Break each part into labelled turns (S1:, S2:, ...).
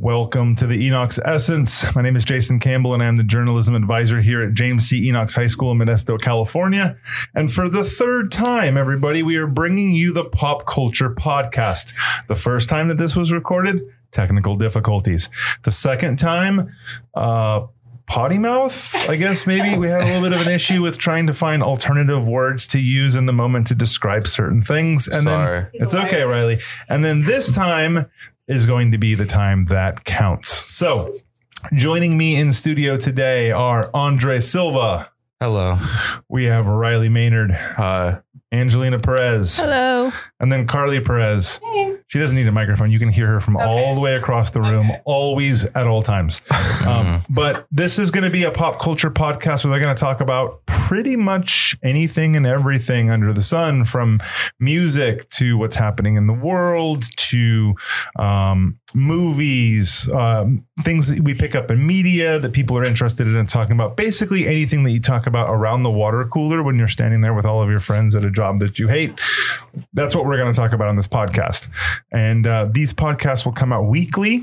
S1: Welcome to the Enox Essence. My name is Jason Campbell, and I'm the journalism advisor here at James C. Enox High School in Modesto, California. And for the third time, everybody, we are bringing you the Pop Culture Podcast. The first time that this was recorded, technical difficulties. The second time, uh, potty mouth. I guess maybe we had a little bit of an issue with trying to find alternative words to use in the moment to describe certain things. And
S2: Sorry.
S1: then it's okay, Riley. And then this time is going to be the time that counts. So joining me in studio today are Andre Silva.
S2: Hello.
S1: We have Riley Maynard,
S2: Hi.
S1: Angelina Perez,
S3: Hello.
S1: and then Carly Perez. She doesn't need a microphone. You can hear her from all the way across the room, always at all times. Um, but this is going to be a pop culture podcast where they're going to talk about pretty much anything and everything under the sun, from music to what's happening in the world to um, movies, um, things that we pick up in media that people are interested in and talking about. Basically, anything that you talk about around the water cooler when you're standing there with all of your friends at a job that you hate. That's what we're going to talk about on this podcast. And uh, these podcasts will come out weekly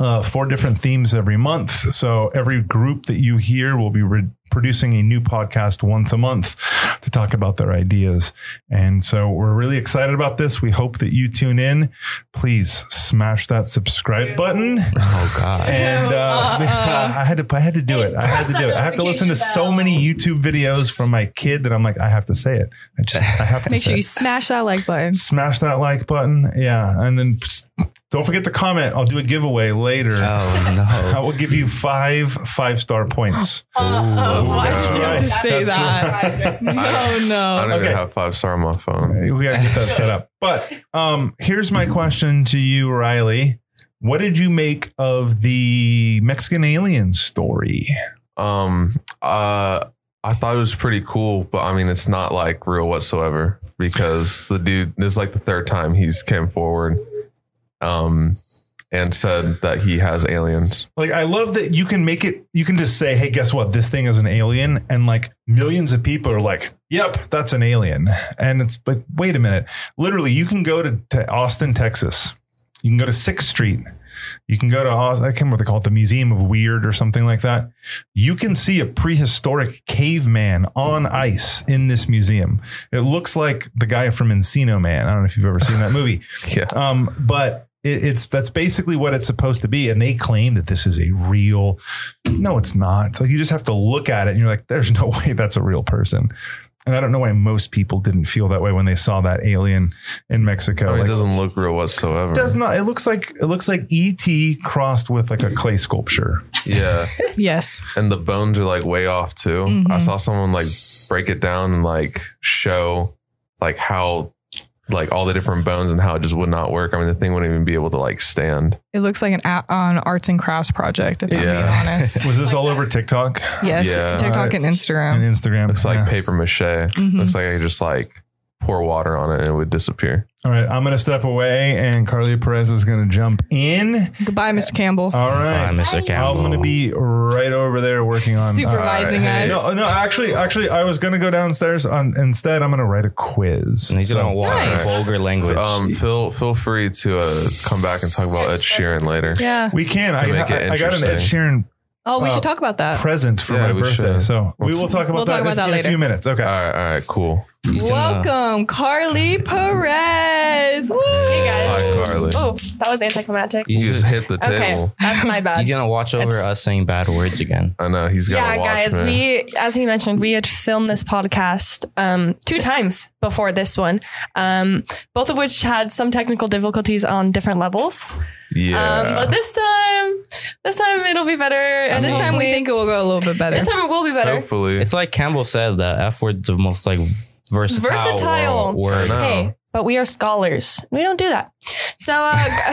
S1: uh, four different themes every month. So every group that you hear will be re- producing a new podcast once a month to talk about their ideas. And so we're really excited about this. We hope that you tune in. Please smash that subscribe button.
S2: Oh God.
S1: And uh,
S3: Uh-uh.
S1: I had to, I had to do it. I had to do it. I have to listen to so many YouTube videos from my kid that I'm like, I have to say it. I just, I have to
S3: Make
S1: say
S3: sure
S1: it
S3: you smash that like button.
S1: smash that like button. Yeah. And then psst, don't forget to comment. I'll do a giveaway later.
S2: Oh
S1: I will give you five five star points.
S4: Uh,
S2: Oh, why did you have
S3: to say
S1: that?
S3: No,
S2: no. I
S3: no.
S2: don't
S1: Okay.
S2: even have five star on my phone.
S1: we gotta get that set up. But um, here's my question to you, Riley. What did you make of the Mexican alien story?
S2: Um uh I thought it was pretty cool, but I mean it's not like real whatsoever because the dude this is like the third time he's came forward um and said that he has aliens.
S1: Like, I love that you can make it. You can just say, "Hey, guess what? This thing is an alien," and like millions of people are like, "Yep, that's an alien." And it's like, wait a minute. Literally, you can go to, to Austin, Texas. You can go to Sixth Street. You can go to Aus- I can't remember what they call it, the Museum of Weird or something like that. You can see a prehistoric caveman on ice in this museum. It looks like the guy from Encino Man. I don't know if you've ever seen that movie.
S2: Yeah.
S1: Um, but it, it's that's basically what it's supposed to be, and they claim that this is a real. No, it's not. Like you just have to look at it, and you're like, "There's no way that's a real person." And I don't know why most people didn't feel that way when they saw that alien in Mexico.
S2: I mean,
S1: Like,
S2: Oh, it doesn't look real whatsoever.
S1: it does not. It looks like it looks like ET crossed with like a clay sculpture.
S2: Yeah.
S3: Yes.
S2: and the bones are like way off too.
S4: Mm-hmm.
S2: I saw someone like break it down and like show like how like all the different bones and how it just would not work. I mean, the thing wouldn't even be able to like stand.
S3: It looks like an a- on arts and crafts project, if I'm being
S2: Yeah.
S3: honest.
S1: Was this all over TikTok
S3: Yes.
S2: Yeah.
S3: TikTok and
S1: and
S3: Instagram.
S1: Instagram?
S2: Looks
S1: Yeah.
S2: like paper mache.
S4: Mm-hmm.
S3: Mhm.
S2: Looks like I could just like pour water on it and it would disappear.
S1: All right, I'm gonna step away, and Carly Perez is gonna jump in.
S3: Goodbye, Mr. Campbell.
S2: uh,
S1: All right,
S5: Mr.
S1: I'm gonna be right over there working on uh,
S3: Supervising
S2: Alright, hey.
S3: us.
S1: No, no, actually, actually, I was gonna go downstairs. On instead, I'm gonna write a quiz.
S5: And he's gonna watch
S3: Nice.
S5: vulgar language.
S2: Um, feel feel free to uh, come back and talk about Ed Sheeran later.
S3: Yeah.
S1: we can. I,
S2: make it
S1: I, I got an Ed Sheeran
S3: Oh, we
S1: Uh,
S3: should talk about that.
S1: present for
S2: Yeah,
S1: my
S2: we
S1: birthday,
S2: should.
S1: so we
S2: Let's-
S1: will talk about
S3: We'll
S1: that,
S3: talk about
S1: in,
S3: that
S1: in a
S3: later.
S1: few minutes. Okay.
S2: All right, all right, cool.
S5: He's gonna-
S3: Welcome, Carly Perez. Woo!
S4: Hey guys.
S2: Hi, Carly.
S4: Oh, that was anticlimactic.
S2: You
S5: he's
S2: just
S5: just-
S2: hit the
S4: Okay,
S2: table.
S4: that's my bad.
S5: he's gonna watch over
S4: It's-
S5: us saying bad words again.
S2: I know he's got.
S4: Yeah,
S2: watch,
S4: guys,
S2: man.
S4: we as he mentioned, we had filmed this podcast um, two times before this one, um, both of which had some technical difficulties on different levels. Um,
S2: yeah.
S4: but this time, this time it'll be better, and
S3: This
S4: this
S3: time we think it will go a little bit better.
S4: this time it will be better.
S2: Hopefully,
S5: It's like Campbell said, the F word's the most like versatile,
S4: Versatile.
S2: I
S5: word.
S2: know.
S4: Hey, but we are scholars. We don't do that. So uh,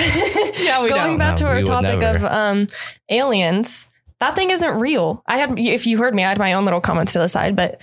S3: Yeah, Oh, we
S4: going
S3: don't.
S4: back
S5: No,
S4: to our
S5: we would
S4: topic
S5: never.
S4: of um, aliens, that thing isn't real. I had, if you heard me, I had my own little comments to the side, but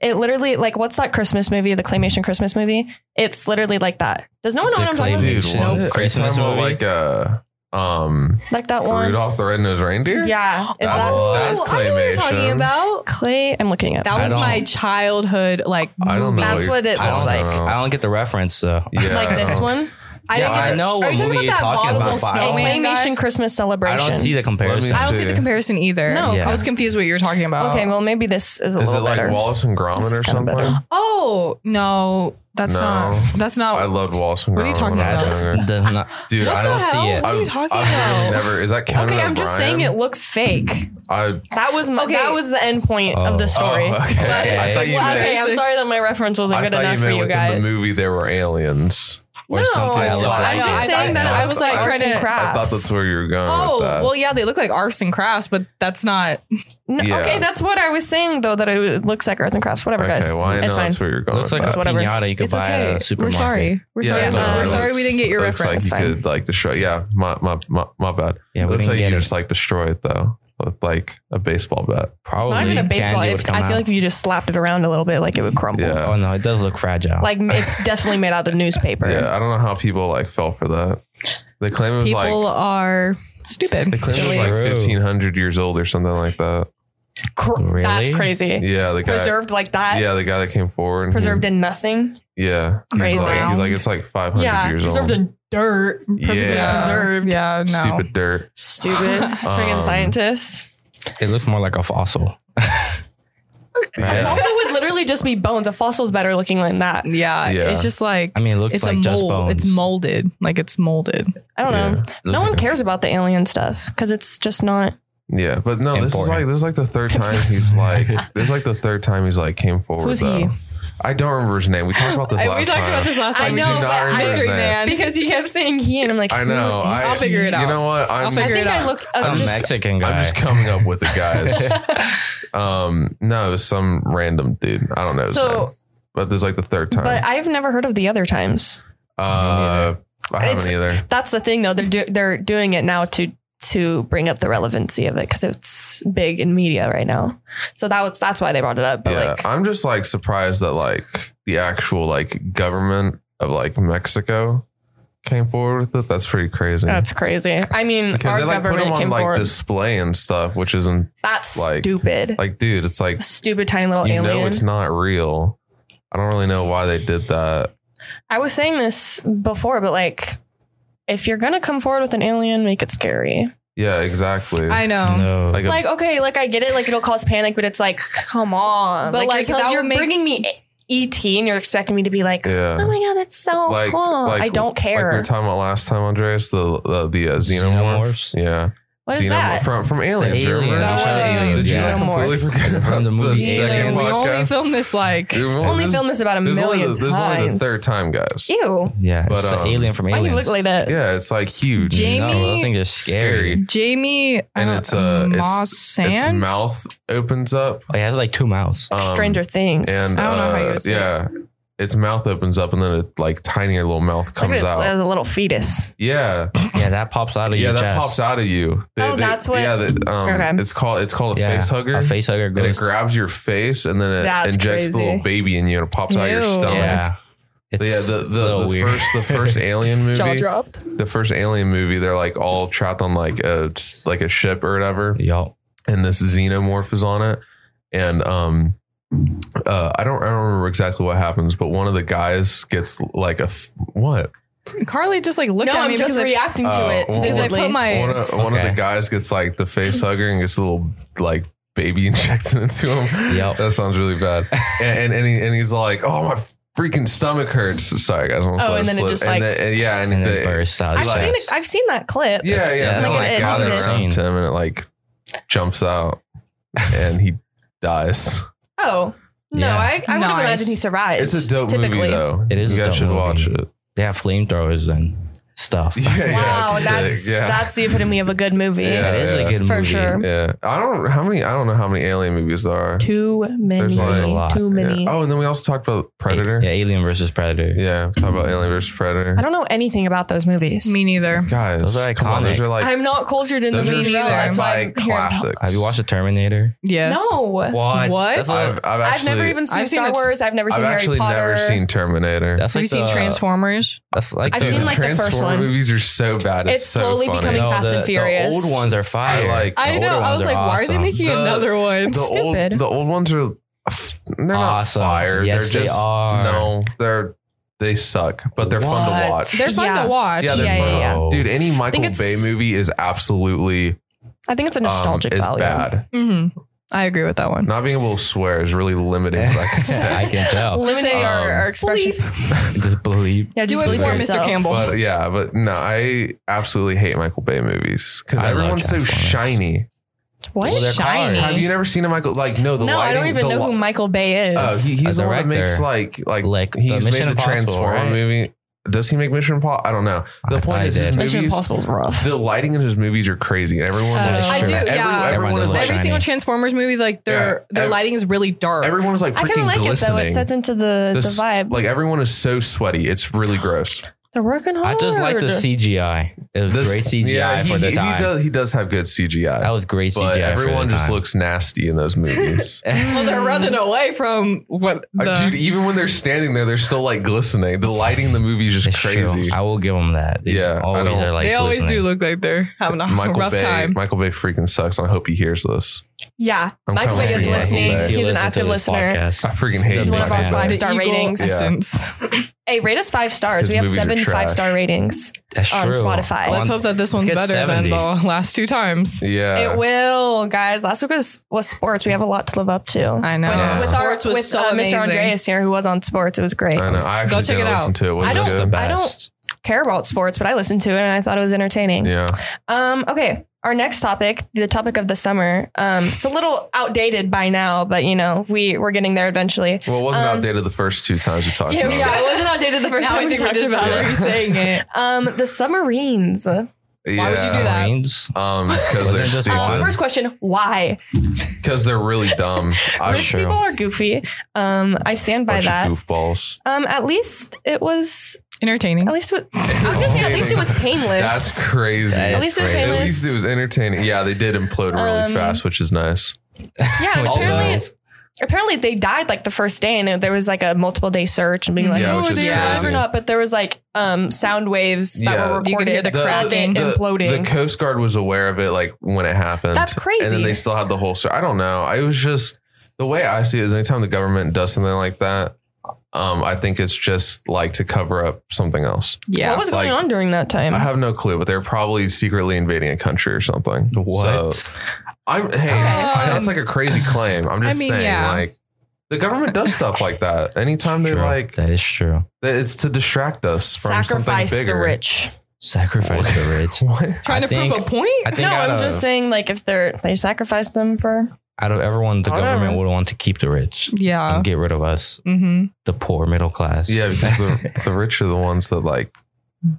S4: it literally, like, what's that Christmas movie, the claymation Christmas movie? It's literally like that. Does no one know what I'm talking about?
S2: dude,
S5: Dude,
S2: what? Are you
S5: Christmas
S2: talking about,
S5: movie.
S2: like uh, um,
S4: Like that one.
S2: Rudolph the Red-Nosed Reindeer.
S4: Yeah, is
S2: That's-
S4: that
S2: that's
S4: I know what you're
S2: claymation.
S4: talking about? Clay, I'm looking it up.
S5: I
S3: That was
S5: don't-
S3: my childhood, like,
S2: I don't know.
S4: That's
S2: you're
S4: what it
S2: talking
S4: looks
S5: I
S4: like.
S5: don't,
S2: about.
S5: I don't get the reference. So
S2: Yeah,
S4: like
S2: I
S4: this
S2: don't-
S4: one.
S6: I
S5: Yeah,
S6: didn't
S5: I
S6: get the-
S5: know
S6: Are
S5: what
S6: you talking
S5: movie you're
S6: about that
S5: talking
S6: model
S5: about. but I don't-
S6: snake?
S4: Claymation Christmas celebration.
S5: I don't see the comparison.
S3: I don't see
S2: Yeah.
S3: the comparison either.
S4: No.
S5: Yeah.
S3: I was confused what you were talking about.
S4: Okay, well maybe this is a
S2: Is it
S4: little
S2: like
S4: better.
S2: Wallace and Gromit
S4: This
S2: or
S4: is kinda
S2: something?
S4: better.
S3: Oh no, that's
S2: No.
S3: not. That's
S2: I
S3: not.
S2: loved Wallace and Gromit.
S3: Oh. What are you talking
S2: when I was
S5: That's
S2: younger.
S5: does not, dude. I don't see it.
S3: What are you
S2: I've-
S3: talking
S2: I've literally
S3: about?
S2: Never is that Conan
S4: Okay, I'm just
S2: O'Brien?
S4: saying it looks fake.
S2: I
S4: That was my,
S6: Okay.
S4: that was the end point of
S5: Oh.
S4: the story.
S2: Oh, okay. I
S5: Okay.
S2: thought you
S4: Well,
S2: meant,
S4: okay, I'm sorry that my reference wasn't
S2: I
S4: good
S2: thought
S4: enough
S2: you
S4: for
S2: meant
S4: you
S2: within
S4: guys.
S2: the movie there were aliens.
S5: or something.
S2: I
S5: that looked
S2: thought-
S5: like
S4: I'm just
S5: it.
S4: saying that I was like trying to
S2: I thought that's where you were going
S3: Oh
S2: with that.
S3: well, yeah, they look like arts and crafts, but that's not.
S4: No,
S2: Yeah.
S4: Okay, that's what I was saying though that it looks like arts and crafts. Whatever,
S2: okay,
S4: guys.
S2: well I know
S4: it's fine.
S2: that's where you're going.
S5: looks like
S2: with
S5: a
S2: that.
S4: whatever.
S5: pinata you could
S3: It's
S5: buy at
S3: okay.
S5: a
S3: We're
S5: supermarket.
S3: sorry. We're sorry.
S2: it
S4: no,
S2: does.
S3: we're
S2: It
S3: sorry
S2: looks-
S3: we didn't get your
S2: it looks
S3: reference.
S2: Like
S4: It's
S2: you
S4: fine.
S2: could like destroy. Yeah, my my my, my bad.
S5: Yeah,
S2: it
S5: we
S2: looks
S5: didn't
S2: like
S5: get
S2: you
S5: it.
S2: just like destroy it though with like a baseball bat.
S5: Probably
S4: Not even a baseball.
S5: candy would
S4: If,
S5: come
S4: I
S5: out.
S4: feel like if you just slapped it around a little bit, like it would crumble.
S2: Yeah.
S5: oh no, it does look fragile.
S4: Like it's definitely made out of newspaper.
S2: Yeah, I don't know how people like fell for that. They claim it was
S3: People
S2: like
S3: are stupid.
S2: they claim it was like
S5: Really?
S2: fifteen hundred years old or something like that.
S4: Cr- That's
S5: Really?
S4: crazy.
S2: Yeah, the guy.
S4: Preserved like that.
S2: Yeah, the guy that came forward.
S4: Preserved in nothing.
S2: He, yeah, he was
S4: Crazy.
S2: like, he's like it's like five hundred
S4: Yeah.
S2: years
S4: Preserved
S2: old.
S4: in dirt. Perfectly
S2: Yeah.
S4: preserved.
S3: Yeah, no.
S2: Stupid dirt.
S4: Stupid. Friggin'
S2: Um,
S4: scientists.
S5: it looks more like a fossil.
S4: A
S2: Yeah.
S4: fossil would literally just be bones. A fossil's better looking than that.
S3: Yeah,
S2: Yeah.
S3: it's just like
S5: I mean, it looks
S3: it's
S5: like
S3: a
S5: just
S3: mold.
S5: bones.
S3: It's molded. Like it's molded.
S4: I don't know.
S2: Yeah.
S4: No
S5: Looks
S4: one
S5: like a-
S4: cares about the alien stuff because it's just not.
S2: Yeah, but no, this is
S5: Important.
S2: like this is like the third time he's like this is like the third time he's like came forward.
S4: Who's
S2: though.
S4: he?
S2: I don't remember his name. We talked about this last time.
S4: last
S2: I do not remember his name.
S4: because he kept saying he, and I'm like,
S2: I know.
S4: hmm, he's-
S2: I,
S3: I'll figure it
S2: You
S3: out.
S2: know what? I'm,
S4: I
S3: figure
S4: think
S3: it
S4: I
S3: out.
S4: looked.
S5: Some
S4: I'm just,
S5: Mexican guy.
S2: I'm just coming up with it, guys. um, no, it was some random dude. I don't know. His
S4: So-
S2: name. but this is like the third
S4: but
S2: time.
S4: I've never heard of the other times.
S2: uh, I haven't
S4: It's-
S2: either.
S4: That's the thing, though. They're do, they're doing it now to to bring up the relevancy of it because it's big in media right now. So that was that's why they brought it up. But
S2: yeah,
S4: like,
S2: I'm just like surprised that like the actual like government of like Mexico came forward with it. That's pretty crazy.
S4: that's crazy. I mean,
S2: because
S4: our
S2: they like put
S4: government
S2: them on
S4: came
S2: like
S4: forward.
S2: display and stuff, which isn't
S4: that's
S2: like-
S4: stupid.
S2: like, dude, it's like
S4: stupid tiny little
S2: you
S4: alien.
S2: know it's not real. I don't really know why they did that.
S4: I was saying this before, but like, if you're gonna come forward with an alien, make it scary.
S2: Yeah, exactly.
S3: I know.
S5: no.
S2: Like, a,
S4: Like, okay, like I get it, like it'll cause panic, but it's like, come on.
S3: But,
S4: But like,
S3: like,
S4: you're, telling-
S3: that
S4: you're
S3: would make-
S4: bringing me ET, E and you're expecting me to be like,
S2: Yeah.
S4: oh my god, that's so
S2: like,
S4: cool.
S2: like-
S4: I don't
S2: Like we
S4: care.
S2: were talking about last time, Andreas, the the, the uh, xenomorphs.
S5: Xenomorphs?
S2: Yeah,
S4: what is
S2: Xenomorph-
S4: that? Oh,
S2: from from Alien.
S5: The
S2: remember?
S5: aliens.
S3: That
S2: Did
S3: was-
S2: you
S4: yeah.
S2: completely forget
S5: From
S2: about
S5: the movie
S2: second
S5: Alien.
S3: we only
S2: podcast?
S3: filmed this like
S2: Dude,
S4: I only
S2: this-
S4: filmed this about a
S2: this is only
S4: million
S2: the-
S4: times.
S2: This is only the third time, guys.
S4: Ew.
S5: Yeah,
S2: But,
S5: it's the
S2: um,
S5: alien from
S4: Why you
S5: Aliens.
S4: look like that?
S2: Yeah, it's like huge.
S3: Jamie-
S5: No, those things are scary.
S2: Scary.
S3: Jamie
S2: And it's uh, it's its
S3: Sand.
S2: mouth opens up.
S5: Oh, it has like two mouths.
S2: um,
S4: Stranger Things.
S2: And
S3: I don't know how you
S2: uh,
S3: would say
S2: yeah, its mouth opens up, and then it like tinier little mouth
S4: Look at
S2: comes
S4: it,
S2: out.
S4: There's a little fetus.
S2: Yeah,
S5: yeah, that pops out of
S2: yeah,
S5: your
S2: that
S5: chest.
S2: pops out of you.
S4: Oh, that's what-
S2: Yeah, they- um,
S4: Okay.
S2: it's called it's called a
S5: Yeah,
S2: face hugger.
S5: A face hugger
S2: and it
S5: goes.
S2: grabs your face and then it
S4: That's
S2: injects the
S4: crazy.
S2: little baby in you and it pops out your
S3: Ew.
S2: stomach.
S5: Yeah,
S2: But yeah, the,
S5: it's
S2: the,
S5: a little
S2: the
S5: weird.
S2: first the first alien
S4: Jaw
S2: movie,
S4: dropped.
S2: the first alien movie, they're like all trapped on like a like a ship or whatever,
S5: Yo,
S2: and this xenomorph is on it, and um, uh, I don't I don't remember exactly what happens, but one of the guys gets like a f- what
S3: Carly just like looked
S4: No,
S3: at me
S4: I'm just
S3: because I-
S4: reacting
S2: Uh,
S4: to it.
S2: well,
S3: because I
S4: vividly.
S3: put my
S2: one of, one of the
S5: Okay.
S2: guys gets like the face hugger and gets a little like baby injected into him.
S5: Yep.
S2: That sounds really bad. And and, and, he, and he's like, oh my freaking stomach hurts. Sorry guys, I almost
S4: Oh,
S2: let
S4: and
S2: it
S4: then it
S2: slip.
S4: just,
S2: and
S4: like-
S2: then- and yeah, and,
S5: and
S2: the,
S5: it bursts out.
S4: I've
S5: It's
S4: seen
S5: like-
S4: it, I've seen that clip.
S2: yeah, yeah,
S5: yeah,
S2: and then,
S4: like,
S2: like,
S4: it
S2: gathers
S4: exists.
S2: around him and it like jumps out and he dies.
S4: Oh. No,
S5: Yeah.
S4: I, I would have
S3: Nice.
S4: imagined he survived.
S2: It's a dope
S4: typically.
S2: movie though.
S5: It is
S2: You
S5: a
S2: guys
S5: dope
S2: should
S5: movie.
S2: watch it.
S5: they have flamethrowers and stuff.
S2: Yeah, yeah,
S4: Wow,
S2: it's sick.
S4: that's that's the epitome of a good movie.
S2: Yeah.
S5: That is a good
S4: For
S5: movie.
S4: sure.
S2: yeah. I don't how many I don't know how many alien movies there are.
S4: Too many.
S2: There's like a
S5: lot.
S4: Too
S2: Yeah.
S4: many.
S2: Oh, and then we also talked about
S5: A-
S2: Predator.
S5: Yeah, Alien versus Predator.
S2: Yeah, talk about Alien versus Predator.
S4: I don't know anything about those movies.
S3: me neither.
S2: Guys,
S5: Those are
S2: come on, those
S5: iconic.
S2: are like
S4: I'm not cultured in the
S2: those are
S4: media.
S3: sci-fi
S4: That's why I'm
S2: sci-fi
S4: here.
S2: classics.
S5: Have you watched the Terminator?
S3: Yes.
S4: No.
S5: What?
S3: What?
S5: That's,
S2: I've,
S5: like-
S2: I've,
S4: I've
S2: actually,
S4: never even seen
S3: I've seen
S4: Star
S3: it-
S4: Wars. I've never
S2: I've
S4: seen Harry
S2: actually
S4: Potter.
S2: never seen Terminator.
S5: that's
S3: Have
S5: like
S3: you seen
S5: the-
S3: Transformers?
S5: That's like
S4: I've
S5: the,
S4: seen,
S2: the
S4: like, the first
S2: Transformer
S4: one.
S2: movies are so bad. It's,
S4: It's
S2: so
S4: slowly
S2: funny.
S4: becoming
S5: No,
S4: Fast
S5: the,
S4: and Furious.
S5: The old ones are fire.
S2: I like-
S5: The
S3: I
S5: older
S3: know. I
S5: ones
S3: was like, why are they
S5: awesome.
S3: making
S2: The-
S3: another one?
S2: the old,
S4: stupid.
S2: the old ones are. They're not
S5: Awesome.
S2: fire.
S5: Yes,
S2: they're
S5: they
S2: just
S5: are.
S2: no. They're They suck, but they're fun to
S5: What?
S2: watch.
S3: They're fun
S4: Yeah.
S3: to watch.
S2: yeah, they're
S4: Yeah,
S2: fun.
S4: yeah,
S5: yeah.
S2: Dude, any Michael
S4: it's-
S2: Bay movie is absolutely
S4: I think it's a nostalgic
S2: um, is
S4: value.
S2: bad.
S3: hmm I agree with that one.
S2: Not being able to swear is really limiting what I can say.
S5: I can tell.
S3: Just say our,
S2: Um,
S3: our expression.
S5: Just believe.
S4: Yeah,
S3: Do
S4: just
S3: it
S4: believe
S3: for
S4: in
S3: Mr.
S4: yourself.
S3: Campbell.
S2: But yeah, but no, I absolutely hate Michael Bay movies because
S5: I love
S2: everyone's so
S5: Jack Torrance.
S2: shiny.
S4: What?
S5: Well, they're Shiny. cars.
S2: Have you never seen a Michael? Like, no, the
S4: no, I
S2: lighting.
S4: don't even
S2: the
S4: know
S2: li-
S4: who Michael Bay is.
S2: Oh, he, he's
S5: A
S2: the one that makes
S5: director.
S2: like like,
S5: Like the
S2: he's
S5: Mission
S2: made the
S5: Impossible,
S2: Transformer
S5: right?
S2: movie. Does he make Mission Impossible? I don't know. The
S5: I
S2: point
S5: thought
S2: is
S5: he
S2: his
S5: did.
S4: Mission
S2: movies.
S4: Impossible is rough.
S2: The lighting in his movies are crazy. and Everyone
S4: Uh,
S2: looks.
S4: I
S3: do,
S2: every-
S3: yeah.
S2: Everyone,
S5: Everyone
S2: is like.
S5: does look
S3: Every
S5: shiny.
S3: single Transformers movie, like their
S2: Yeah.
S3: their
S2: Ev-
S3: lighting is really dark.
S2: Everyone is like
S4: I kind
S2: freaking
S4: of like it though.
S2: glistening.
S4: It sets into the,
S2: This-
S4: the vibe.
S2: Like everyone is so sweaty. It's really gross.
S4: They're working hard.
S5: I just like the CGI. It was
S2: This-
S5: great CGI
S2: he,
S5: for the
S2: he,
S5: time.
S2: He does, he does have good CGI.
S5: that was great CGI.
S2: but
S5: for the
S2: everyone just
S5: time.
S2: looks nasty in those movies.
S3: well, they're running away from what the.
S2: Uh, Dude, even when they're standing there, they're still like glistening. The lighting in the movie is just
S5: It's true.
S2: crazy.
S5: I will give them that. They
S2: Yeah, I
S5: always
S2: don't-
S5: are like
S3: they always
S5: listening.
S3: do look like they're having a
S2: Michael
S3: rough
S2: Bay,
S3: time.
S2: Michael Bay freaking sucks. I hope he hears this.
S4: yeah,
S2: I'm
S4: Michael
S2: kinda
S4: Bay
S2: like
S4: is
S2: Michael
S4: listening.
S2: Bay.
S4: He's
S5: He
S4: an
S5: listens to
S4: active
S5: this
S4: listener.
S5: podcast.
S2: I freaking hate
S5: He's
S4: one of our
S2: Michael Bay.
S4: five- Five-star
S3: Eagle
S4: ratings.
S2: Yeah.
S3: Essence.
S4: Hey, rate us five stars.
S2: His
S4: we have
S2: movies are
S4: seven
S2: trash.
S4: five star ratings.
S5: That's
S4: on
S5: true.
S4: Spotify.
S5: I
S4: Let's
S3: Let's
S5: want-
S3: hope that this
S5: let's
S3: one's
S5: get
S3: better
S5: 70.
S3: than the last two times.
S2: Yeah.
S4: it will, guys. Last week was was sports. We have a lot to live up to.
S3: I know.
S2: Yeah.
S4: With our
S3: Sports was
S4: with
S3: so
S4: uh,
S3: amazing.
S4: Mr. Andreas here, who was on sports, it was great.
S2: I know. I actually
S3: Go check
S2: didn't
S3: it out.
S2: listen to it. Was
S4: I
S2: it
S4: don't-
S2: good?
S5: the
S4: I don't-
S5: best.
S4: Care about sports, but I listened to it and I thought it was entertaining.
S2: Yeah.
S4: Um, okay. Our next topic, the topic of the summer. Um, it's a little outdated by now, but you know, we we're getting there eventually.
S2: Well, it wasn't
S4: Um,
S2: outdated the first two times we talked about
S4: yeah, it wasn't outdated the first
S3: Now I
S4: time we
S3: think we're
S4: talked
S3: just
S4: about
S2: already
S4: it.
S3: saying it.
S4: Um, the submarines.
S2: it.
S3: Why would you do that?
S5: Marines.
S2: Um, because
S5: Wasn't
S2: they're
S5: it just
S4: Uh,
S5: one?
S2: stupid.
S4: first question: Why?
S2: Because they're really dumb. I
S4: Rich people are goofy. Um, I stand by
S2: bunch
S4: that.
S2: of goofballs.
S4: Um, at least it was.
S3: Entertaining.
S4: At least it was. I was gonna say at least it was painless.
S2: That's crazy.
S5: That
S4: at
S5: is
S4: least it was
S5: crazy.
S2: At least it
S4: painless.
S2: was entertaining. Yeah, they did implode really
S4: Um,
S2: fast, which is nice.
S4: yeah,
S2: Oh,
S5: Which
S4: apparently,
S5: is-
S4: apparently they died like the first day, and there was like a multiple day search and being like,
S2: Mm, Yeah,
S4: oh,
S2: which
S4: did
S2: is
S4: they
S2: crazy.
S4: died or not? But there was like um sound waves that
S2: Yeah.
S4: were
S2: You
S4: recorded.
S3: could hear the
S4: of
S3: cracking.
S4: it
S2: the-
S4: imploding.
S2: The Coast Guard was aware of it like when it happened.
S4: That's crazy.
S2: And then they still had the whole story. I don't know. I was just the way I see it is anytime the government does something like that, um, I think it's just like to cover up something else.
S3: yeah.
S4: what was going
S2: like-
S4: on during that time?
S2: I have no clue, but they're probably secretly invading a country or something.
S5: What?
S2: So, I'm hey, I know it's like a crazy claim. I'm just
S3: I mean,
S2: saying,
S3: yeah.
S2: like the government does stuff like that. Anytime they
S5: True.
S2: like
S5: that is true.
S2: it's to distract us from
S4: Sacrifice
S2: something
S4: the
S2: bigger.
S4: rich.
S5: Sacrifice the rich.
S2: What?
S3: Trying
S5: I
S3: to prove
S5: think-
S3: a point?
S5: I think
S4: no,
S5: out
S4: I'm
S5: of
S4: just saying, like if they're they sacrificed them for
S5: out of everyone, the
S4: I don't
S5: government
S4: know.
S5: would want to keep the rich
S3: yeah.
S5: and get rid of us,
S3: Mm-hmm.
S5: the poor middle class.
S2: Yeah, because the, the rich are the ones that like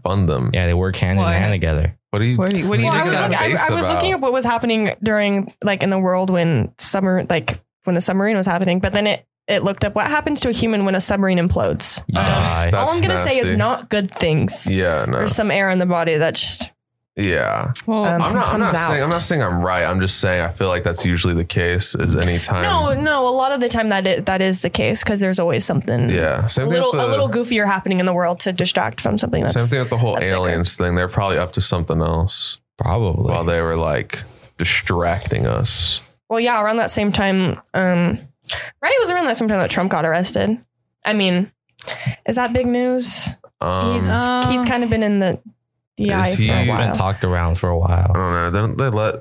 S2: fund them.
S5: yeah, they work hand
S3: What?
S5: in hand together.
S2: What do you?
S3: What do you, what do you
S4: Well, I
S2: just
S4: was,
S3: do?
S2: got
S4: looking, I, I
S2: face
S4: was
S2: about-
S4: looking at what was happening during, like, in the world when summer, like, when the submarine was happening. But then it it looked up what happens to a human when a submarine implodes.
S5: Die.
S2: That-
S4: All I'm
S2: That's
S4: gonna say is
S2: nasty.
S4: not good things.
S2: Yeah, no.
S4: There's some air in the body that just
S2: Yeah,
S3: Well,
S4: Um,
S2: I'm not. I'm not
S4: comes
S2: saying. I'm
S4: out.
S2: not saying I'm right. I'm just saying I feel like that's usually the case. Is anytime.
S4: no, no. A lot of the time that it, that is the case because there's always something
S2: Yeah.
S4: a
S2: Same thing.
S4: little
S2: with the,
S4: a little goofier happening in the world to distract from something
S2: Same
S4: that's
S2: thing with the whole
S4: that's bigger.
S2: aliens thing. They're probably up to something else
S5: Probably.
S2: while they were like distracting us.
S4: well, yeah. Around that same time, um, right? It was around that same time that Trump got arrested. I mean, is that big news?
S2: Um,
S4: he's
S3: Um,
S4: he's kind of been in the the
S2: is
S4: eye for
S2: he-
S4: a
S5: He's been
S4: while.
S5: talked around for
S2: I
S5: a while.
S2: don't know. Then they let.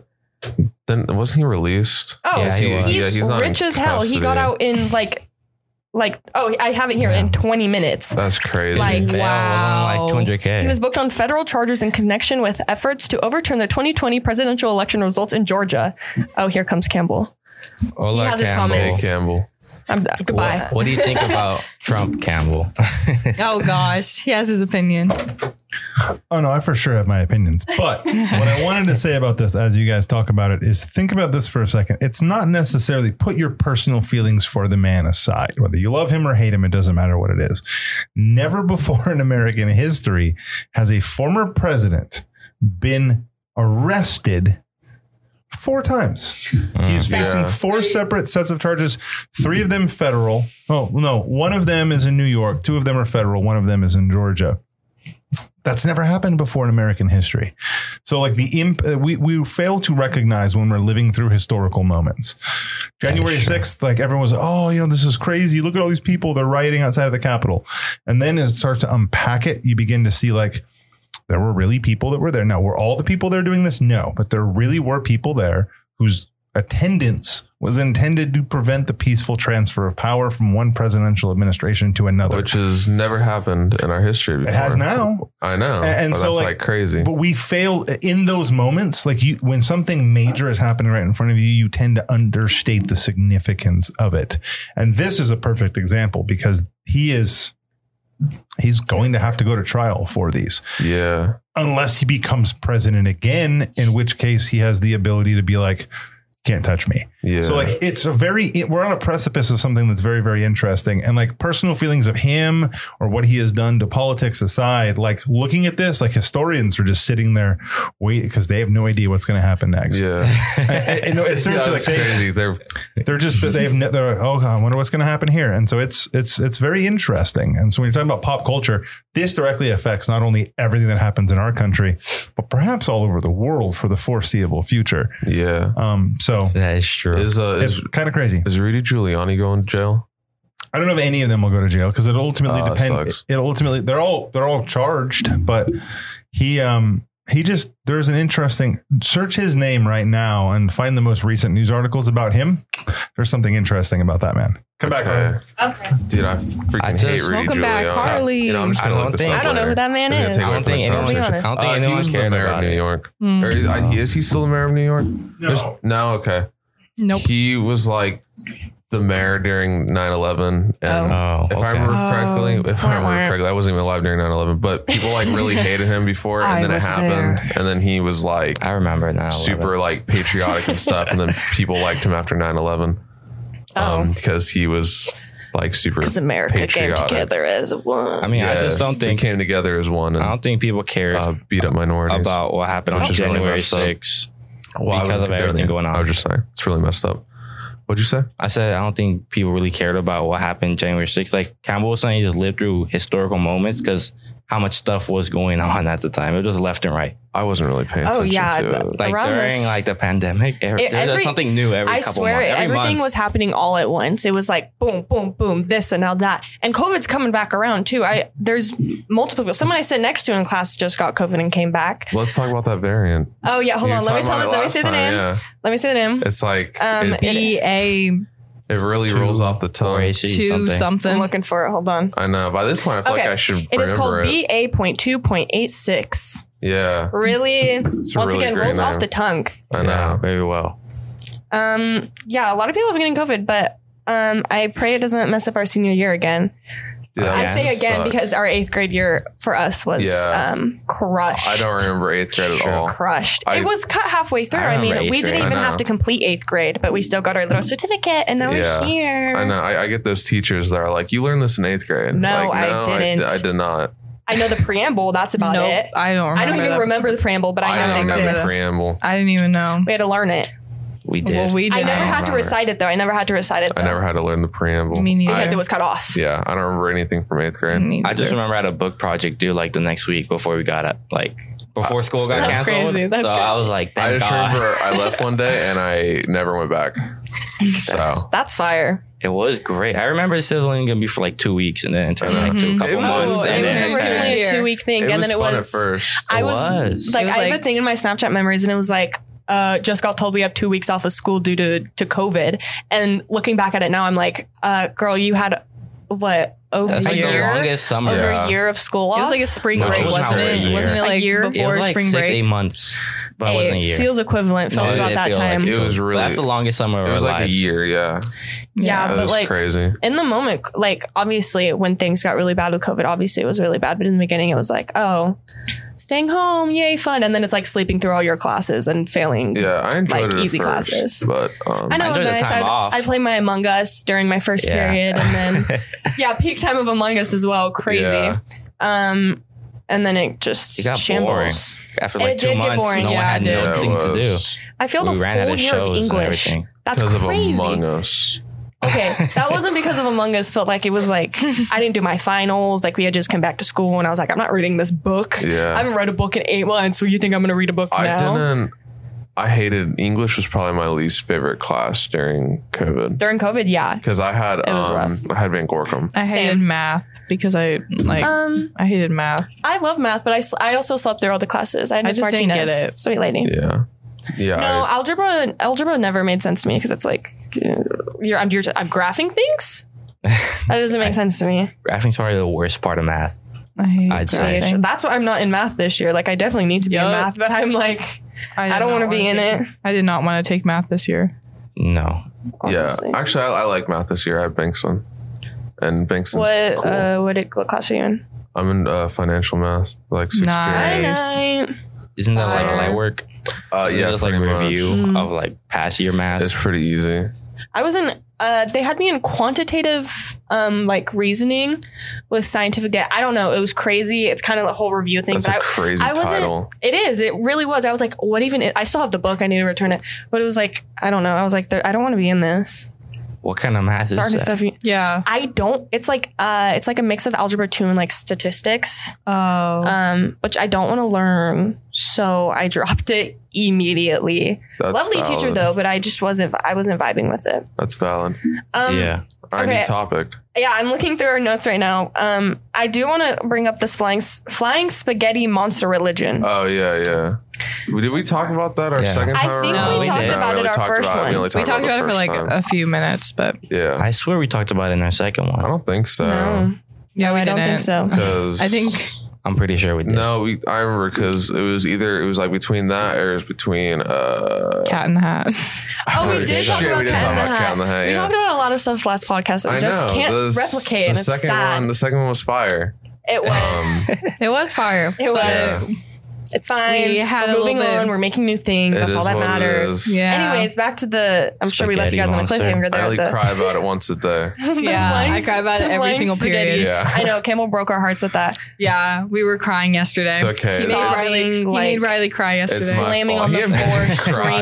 S2: Then wasn't he released?
S4: oh,
S5: Yeah, he
S4: he's,
S5: was.
S2: Yeah, he's not
S4: rich
S2: in
S4: as hell. He got
S2: custody.
S4: out in like like oh I have it here in
S5: Yeah.
S4: 20 minutes.
S2: That's crazy.
S4: Like,
S5: They all owe him
S3: wow.
S5: Like 200K.
S4: He was booked on federal charges in connection with efforts to overturn the 2020 presidential election results in Georgia. Oh, here comes Campbell.
S5: Ola
S4: he has his
S5: Campbell.
S2: hey
S4: comments.
S2: Campbell.
S4: I'm, uh, goodbye.
S5: What, what do you think about Trump Campbell?
S3: oh gosh, he has his opinion.
S1: Oh no, I for sure have my opinions. But what I wanted to say about this as you guys talk about it is think about this for a second. It's not necessarily put your personal feelings for the man aside. Whether you love him or hate him, it doesn't matter what it is. Never before in American history has a former president been arrested four times. He's facing
S2: Yeah.
S1: four separate sets of charges, three of them federal. Oh, no, one of them is in New York, two of them are federal, one of them is in Georgia That's never happened before in American history. So, like the imp, uh, we we fail to recognize when we're living through historical moments. January
S5: true.
S1: sixth, like everyone was, oh, you know, this is crazy. Look at all these people; they're rioting outside of the Capitol. And then as it starts to unpack it, you begin to see like there were really people that were there. Now, were all the people there doing this? No, but there really were people there whose attendance was intended to prevent the peaceful transfer of power from one presidential administration to another.
S2: which has never happened in our history before.
S1: it has now.
S2: I know.
S1: A- and
S2: but
S1: so,
S2: that's
S1: like,
S2: like, crazy.
S1: But we fail in those moments. Like you, when something major is happening right in front of you, you tend to understate the significance of it. And this is a perfect example because he is, he's going to have to go to trial for these
S2: Yeah.
S1: unless he becomes president again, in which case he has the ability to be like, can't touch me.
S2: Yeah.
S1: So like it's a very it- we're on a precipice of something that's very very interesting and like personal feelings of him or what he has done to politics aside like looking at this like historians are just sitting there wait because they have no idea what's going to happen next.
S2: yeah.
S1: I- I- I know, it's seriously
S2: Yeah,
S1: like
S2: it's
S1: they,
S2: crazy. They're
S1: they're just they've ne- they're like, oh god, I wonder what's going to happen here. And so it's it's it's very interesting. And so when you're talking about pop culture, this directly affects not only everything that happens in our country, but perhaps all over the world for the foreseeable future.
S2: yeah.
S1: Um, so
S5: That is true.
S2: Is uh
S1: it's
S2: is,
S1: kind of crazy.
S2: is Rudy Giuliani going to jail?
S1: I don't know if any of them will go to jail because it ultimately
S2: Ah,
S1: depends.
S2: sucks.
S1: It ultimately they're all they're all charged, but he um he just there's an interesting search his name right now and find the most recent news articles about him. There's something interesting about that man. Come back, Ryan.
S4: Okay.
S2: dude. I freaking
S5: I
S2: hate
S5: just-
S2: Rudy
S3: Welcome back,
S2: Giuliani.
S3: Carly.
S2: You know, I'm just
S5: I
S2: gonna
S5: don't
S2: look this
S5: think-
S2: up
S4: I don't know
S2: later.
S4: who that man
S2: It's gonna
S4: is.
S2: take
S5: Oh,
S2: Exactly.
S5: I don't think anyone.
S4: I'll be
S5: I
S4: honest.
S5: don't think
S2: Uh, he
S5: anyone
S2: was the
S5: cared
S2: mayor of
S5: about
S2: New
S5: it.
S2: York.
S3: Mm.
S2: Or is, I- is he still the mayor of New York? There's- no. Okay.
S3: Nope.
S2: He was like the mayor during 9 11. And
S5: Oh,
S2: if I
S5: okay.
S2: remember
S3: Oh.
S2: correctly, if I remember correctly, I wasn't even alive during 9 11, but people like really hated him before.
S3: I
S2: And then it
S3: was
S2: happened. And then he was like
S5: I remember now.
S2: super like patriotic and stuff. And then people liked him after 9 11
S4: Oh,
S2: because he was like super.
S4: because America
S2: patriotic.
S4: came together as one.
S5: I mean, I just don't
S2: They
S5: think.
S2: came together as one and
S5: I don't think people cared
S2: uh, beat up minorities.
S5: about what happened on
S2: Which is really
S5: January
S2: messed up.
S5: 6th.
S2: Well, I wouldn't
S5: because of
S2: think they would.
S5: everything going on.
S2: I was just saying, it's really messed up. What'd you say?
S5: I said I don't think people really cared about what happened January 6th. Like Campbell was saying, he just lived through historical moments because how much stuff was going on at the time. It was left and right.
S2: I wasn't really paying
S4: Oh,
S2: attention
S4: yeah,
S2: to
S4: the-
S2: it.
S5: Like
S4: Around
S5: during
S4: this-
S5: like the pandemic, every,
S4: It-
S5: there's
S4: every-
S5: something new every
S4: I
S5: couple
S4: swear
S5: months. Every
S4: everything
S5: month.
S4: was happening all at once. It was like boom, boom, boom, this and now that. And COVID's coming back around too. I there's multiple people. Someone I sit next to in class just got COVID and came back.
S2: Let's talk about that variant.
S4: Oh yeah, hold
S2: You
S4: on. Let me
S2: talked
S4: tell
S2: about
S4: it.
S2: it last
S4: Let me say the
S2: time,
S4: name.
S2: Yeah.
S4: Let me say the name.
S2: It's like
S4: Um,
S2: it,
S3: B A
S2: it really
S5: two-
S2: rolls off the
S5: or
S2: tongue.
S5: AC
S3: two
S5: something.
S4: I'm
S3: something.
S4: looking for it. Hold on.
S2: I know. By this point, I feel like
S4: Okay.
S2: I should
S4: It is
S2: remember
S4: called
S2: it.
S4: BA.2.86.
S2: yeah,
S4: Really, once
S2: a really
S4: again,
S2: great
S4: rolls off
S2: name.
S4: the tongue.
S2: I know.
S5: Yeah, very well.
S4: Um, yeah, a lot of people have been getting COVID, but um, I pray it doesn't mess up our senior year again.
S2: Dude, that
S4: I
S2: must
S4: say again
S2: suck.
S4: because our eighth grade year for us was
S2: Yeah.
S4: um, crushed.
S2: I don't remember eighth grade at
S5: Sure.
S2: all.
S4: Crushed.
S2: I-
S4: it was cut halfway through.
S5: I
S4: I, mean,
S5: remember eighth
S4: we
S5: grade.
S4: didn't
S5: I
S4: even
S2: know.
S4: have to complete eighth grade, but we still got our little certificate, and now
S2: Yeah.
S4: we're here.
S2: I know. I, I get those teachers that are like, "You learned this in eighth grade."
S4: No,
S2: like,
S4: I
S2: d-
S4: didn't.
S2: I, did not.
S4: I know the preamble. That's about
S3: nope.
S4: it.
S3: I don't. Remember
S4: I don't even
S3: that.
S4: remember the preamble, but I,
S2: I
S4: know
S2: don't
S4: it
S2: know the
S4: exists.
S2: preamble.
S3: I didn't even know.
S4: we had to learn it.
S5: We did.
S3: Well, we did.
S4: I never had to
S5: remember.
S4: recite it though. I never had to recite it.
S2: I never had to learn the preamble.
S3: Me neither.
S4: because
S3: I-
S4: it was cut off.
S2: Yeah, I don't remember anything from eighth grade.
S3: Me
S5: I just
S3: neither.
S5: remember I had a book project due like the next week before we got up, like before school got
S4: That's
S5: canceled.
S4: crazy. That's
S5: so I
S4: crazy.
S5: was like, thank
S2: I just
S5: God.
S2: remember I left one day and I never went back. So
S4: That's fire.
S5: It was great. I remember it said it was only gonna be for like two weeks and then it turned like to a couple
S2: It was-
S5: months.
S4: Mm-hmm. it
S5: and
S4: was
S5: then
S4: originally a
S3: Yeah.
S4: two week thing,
S2: it
S4: and
S2: was
S4: then it
S2: fun
S4: was.
S2: at first.
S4: I
S5: It
S4: was,
S5: was.
S4: like,
S3: It was
S4: I have a
S3: like-
S4: thing in my Snapchat memories, and it was like, uh, just got told we have two weeks off of school due to to COVID. And looking back at it now, I'm like, uh, girl, you had what over
S5: That's
S4: a
S5: like the
S4: year,
S5: longest summer.
S4: over
S2: Yeah.
S4: a year of school off.
S3: It was like a spring
S5: No, it
S3: break,
S5: was
S3: wasn't
S5: not
S3: it?
S5: really a
S3: Wasn't it
S5: year.
S3: like
S4: A year?
S5: It
S3: before
S5: was like
S3: spring
S5: six,
S3: break?
S5: eight months, but it wasn't a year.
S4: feels equivalent. Felt
S5: It
S4: about
S5: did
S4: that
S5: feel like
S4: time.
S2: it was
S5: But
S2: really
S5: that's the longest summer of
S2: It
S5: our
S2: was like a
S5: lives.
S2: year, yeah.
S4: yeah,
S2: That
S4: Uh, but
S2: was
S4: like
S2: crazy.
S4: in the moment, like obviously when things got really bad with COVID, obviously it was really bad. But in the beginning, it was like, oh, staying home, yay, fun. And then it's like sleeping through all your classes and failing.
S2: Yeah, I enjoyed
S4: like,
S2: it at
S4: easy
S2: first,
S4: classes.
S2: but um,
S4: I know it was
S5: enjoyed the
S4: nice.
S5: time
S4: I'd,
S5: off.
S4: I'd play my Among Us during my first
S5: Yeah.
S4: period, and then yeah, peak time of Among Us as well. Crazy.
S2: Yeah.
S4: Um, and then it just
S5: It got
S4: shambles.
S5: After like
S4: It
S5: two
S4: did get
S5: months,
S4: boring.
S5: no one
S3: Yeah,
S5: had
S3: it did.
S2: yeah, it
S5: nothing to do.
S2: was
S4: I failed
S5: we
S4: a
S5: ran out
S4: full
S5: of
S4: year of
S5: shows and
S4: English.
S5: everything.
S4: That's
S2: because of
S4: crazy.
S2: Among Us.
S4: Okay, that wasn't because of Among Us, but like it was like I didn't do my finals. Like we had just come back to school, and I was like, I'm not reading this book.
S2: Yeah.
S4: I haven't read a book in eight months. So you think I'm going to read a book
S2: I
S4: now?
S2: didn't. I hated English was probably my least favorite class during COVID
S4: During COVID, yeah.
S2: because I had
S4: was
S2: um
S4: rough.
S2: I had Van Gorkum.
S3: I hated
S4: Same.
S3: math because I like
S4: Um,
S3: I hated math.
S4: I love math, but I, sl- I also slept through all the classes. I, had
S3: I
S4: Miss
S3: just didn't
S4: Martinez,
S3: get it.
S4: Sweet lady.
S2: Yeah, yeah.
S4: No,
S2: I,
S4: algebra algebra never made sense to me because it's like uh, you're I'm, you're I'm graphing things. That doesn't make sense to me.
S5: Graphing's probably the worst part of math.
S3: I hate
S5: I'd say.
S3: graphing.
S4: Creation. That's why I'm not in math this year. Like I definitely need to be in
S3: Yup.
S4: math, but I'm like
S3: did
S4: I
S3: not
S4: don't want to be in
S3: wanna
S4: it.
S3: take- I did not want to take math this year.
S5: No.
S2: yeah.
S4: honestly.
S2: Actually, I, I like math this year. I have Bankson, and Bankson's
S4: What
S2: cool.
S4: uh, what did, what class are you in?
S2: I'm in uh, financial math, like sixth
S3: Nice.
S2: period.
S4: Night.
S5: Isn't that like
S4: Fire.
S5: light work?
S2: Uh,
S5: Isn't
S2: yeah,
S5: just like
S2: pretty
S5: review
S4: Mm-hmm.
S2: much.
S5: of like past year math.
S2: It's pretty easy.
S4: I was in. Uh, they had me in quantitative, um, like reasoning with scientific data. I don't know. It was crazy. It's kind of the whole review thing.
S2: That's
S4: but
S2: a
S4: I-
S2: crazy
S4: I wasn't-
S2: title.
S4: It is. It really was. I was like, what even? Is, I still have the book. I need to return it. But it was like, I don't know. I was like, there- I don't want to be in this.
S5: what kind of math is
S4: It's art and
S5: that?
S4: stuff. You,
S3: Yeah.
S4: I don't. It's like, uh, it's like a mix of algebra two and like statistics,
S3: Oh.
S4: um, which I don't want to learn. So I dropped it immediately.
S2: That's
S4: Lovely
S2: valid.
S4: teacher though, but I just wasn't. I wasn't vibing with it.
S2: That's valid.
S4: Um,
S5: yeah.
S2: I
S4: okay.
S2: need topic.
S4: Yeah, I'm looking through our notes right now. Um, I do want to bring up this flying s- flying spaghetti monster religion.
S2: Oh yeah, yeah. Did we talk about that our
S5: Yeah.
S2: second
S4: I
S2: time?
S4: think
S2: around?
S3: we
S2: No,
S3: talked
S2: didn't.
S4: about
S2: We
S4: it our
S2: talked
S4: first
S2: about it.
S4: one.
S2: only
S3: we
S2: talked
S3: talked about
S2: the
S3: it for
S2: first
S3: like
S2: time.
S3: a few minutes, but
S2: yeah.
S5: I swear we talked about it in our second
S2: I
S5: one.
S2: don't think so.
S4: no,
S3: yeah, we
S4: I don't think
S3: didn't.
S4: so.
S2: Because
S3: I think
S5: I'm pretty sure we did.
S2: no, we, I remember because it was either it was like between that or it was between uh.
S3: Cat in the Hat.
S4: Oh,
S2: Holy
S4: we did talk
S2: shit,
S4: about
S2: we did
S4: Cat
S2: talk
S4: in the
S2: about Cat
S4: Hat.
S2: in the Hat,
S4: We
S2: yeah.
S4: talked about a lot of stuff last podcast that we
S2: I
S4: just
S2: know,
S4: can't
S2: the s-
S4: replicate.
S2: The
S4: and it's
S2: second
S4: sad.
S2: one, um, the second one was fire.
S4: it was.
S3: It was fire.
S4: it was. It's fine.
S3: We had
S4: We're
S3: a little
S4: moving
S3: bit-
S4: on. We're making new things.
S2: It
S4: That's all
S2: is
S4: that
S2: what it
S4: matters.
S2: is.
S3: Yeah.
S4: Anyways, back to the. I'm sure we left you guys
S5: Spaghetti
S4: on a cliffhanger
S5: monster.
S4: there.
S2: I only
S4: the-
S2: cry about it once a day.
S3: Yeah,
S4: flying
S3: I cry about
S4: s-
S3: it
S4: the
S3: every
S4: flying
S3: single period.
S2: Yeah.
S4: I know. Campbell broke our hearts with that.
S3: Yeah, we were crying yesterday.
S2: It's okay.
S3: He made,
S4: Sobbing,
S3: Riley, he
S4: like-
S3: made Riley cry yesterday.
S2: my-
S4: slamming
S2: fault.
S4: on the
S2: He made
S4: floor,
S2: me cry.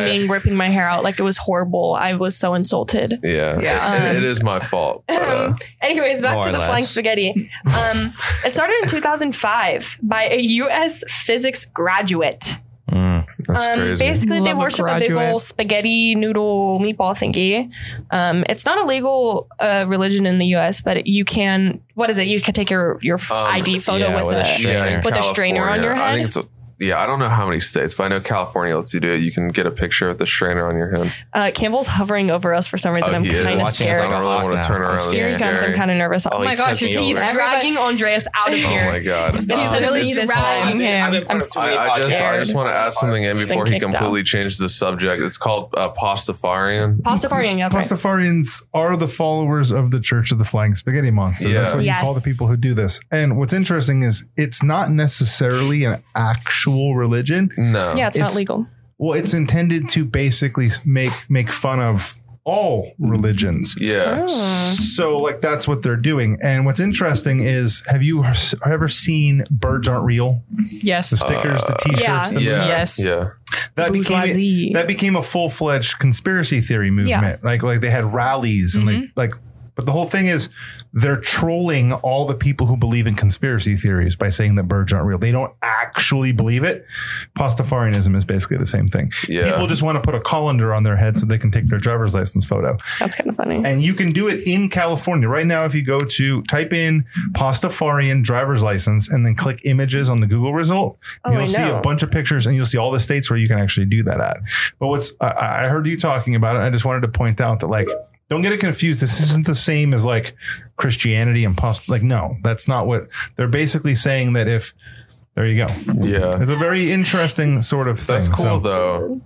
S4: screaming, ripping my hair out. Like it was horrible. I was so insulted.
S2: Yeah,
S3: Yeah.
S2: It,
S4: um,
S2: it is my fault. but, uh,
S4: Anyways, back
S5: More
S4: to
S5: or
S4: the
S5: less.
S4: flying spaghetti. Um, it started in 2005 by a U.S. physics graduate.
S5: Mm.
S2: that's
S4: Um,
S2: crazy.
S4: basically, they
S3: Love a
S4: worship a, big
S3: graduate.
S4: old spaghetti noodle meatball thingy. Um, it's not a legal uh, religion in the U.S., but you can. What is it? You can take your your f-
S2: Um,
S4: ID photo
S5: yeah,
S4: with,
S5: with a
S4: a.
S5: sh-
S2: in
S4: With a strainer on your
S2: California, I
S4: head?
S2: think it's a, yeah, I don't know how many states, but I know California lets you do it. You can get a picture of the strainer on your head.
S4: uh, Campbell's hovering over us for some reason. I'm
S2: Oh, he is.
S4: kind of
S2: Watching
S5: us
S4: scared.
S2: I don't really
S5: Hawk
S2: want
S5: now.
S2: to turn
S5: I'm
S2: around.
S5: scared.
S4: Here
S2: It's
S4: he comes. I'm
S2: scary.
S4: kind of nervous.
S5: Oh,
S4: Oh
S5: he
S4: my
S5: took
S4: gosh,
S5: me
S4: he's
S5: over.
S4: dragging Andreas out of
S2: Oh
S4: here.
S2: my god.
S4: he's
S2: Um,
S4: literally
S3: it's-
S4: dragging
S3: I've
S4: him.
S3: been-
S4: I'm
S2: I,
S4: sorry.
S2: I just I just want to ask something in
S4: been
S2: before he
S4: kicked out.
S2: completely changes the subject. It's called uh, Pastafarian.
S4: Pastafarian, that's right.
S1: Rastafarians are the followers of the Church of the Flying Spaghetti Monster.
S2: Yeah.
S1: That's what
S4: Yes.
S1: you call the people who do this. And what's interesting is it's not necessarily an actual religion.
S2: No.
S4: Yeah, it's, not
S1: It's-
S4: legal.
S1: Well, it's intended to basically make make fun of all religions.
S2: Yeah.
S4: Oh.
S1: So, like, that's what they're doing. And what's interesting is, have you ever seen "Birds Aren't Real"? The
S3: yes.
S1: stickers, the T-shirts,
S4: Uh, yeah.
S1: the
S2: Yeah.
S3: Yes.
S2: Yeah.
S1: that became
S4: Bourgeoisie.
S1: a, that became a full fledged conspiracy theory movement. Like like they had rallies and like like. But the whole thing is they're trolling all the people who believe in conspiracy theories by saying that birds aren't real. They don't actually believe it. Pastafarianism is basically the same thing.
S2: Yeah.
S1: People just want to put a colander on their head so they can take their driver's license photo.
S4: That's kind of funny.
S1: And you can do it in California. Right now, if you go to type in Pastafarian driver's license and then click images on the Google result,
S4: Oh, I
S1: you'll see
S4: know.
S1: a bunch of pictures and you'll see all the states where you can actually do that at. But what's, I, I heard you talking about it. I just wanted to point out that, like, don't get it confused. This isn't the same as like Christianity and past. Like, no, that's not what they're basically saying that if, there you go.
S2: Yeah.
S1: It's a very interesting sort of thing.
S2: That's cool
S1: So-
S2: though.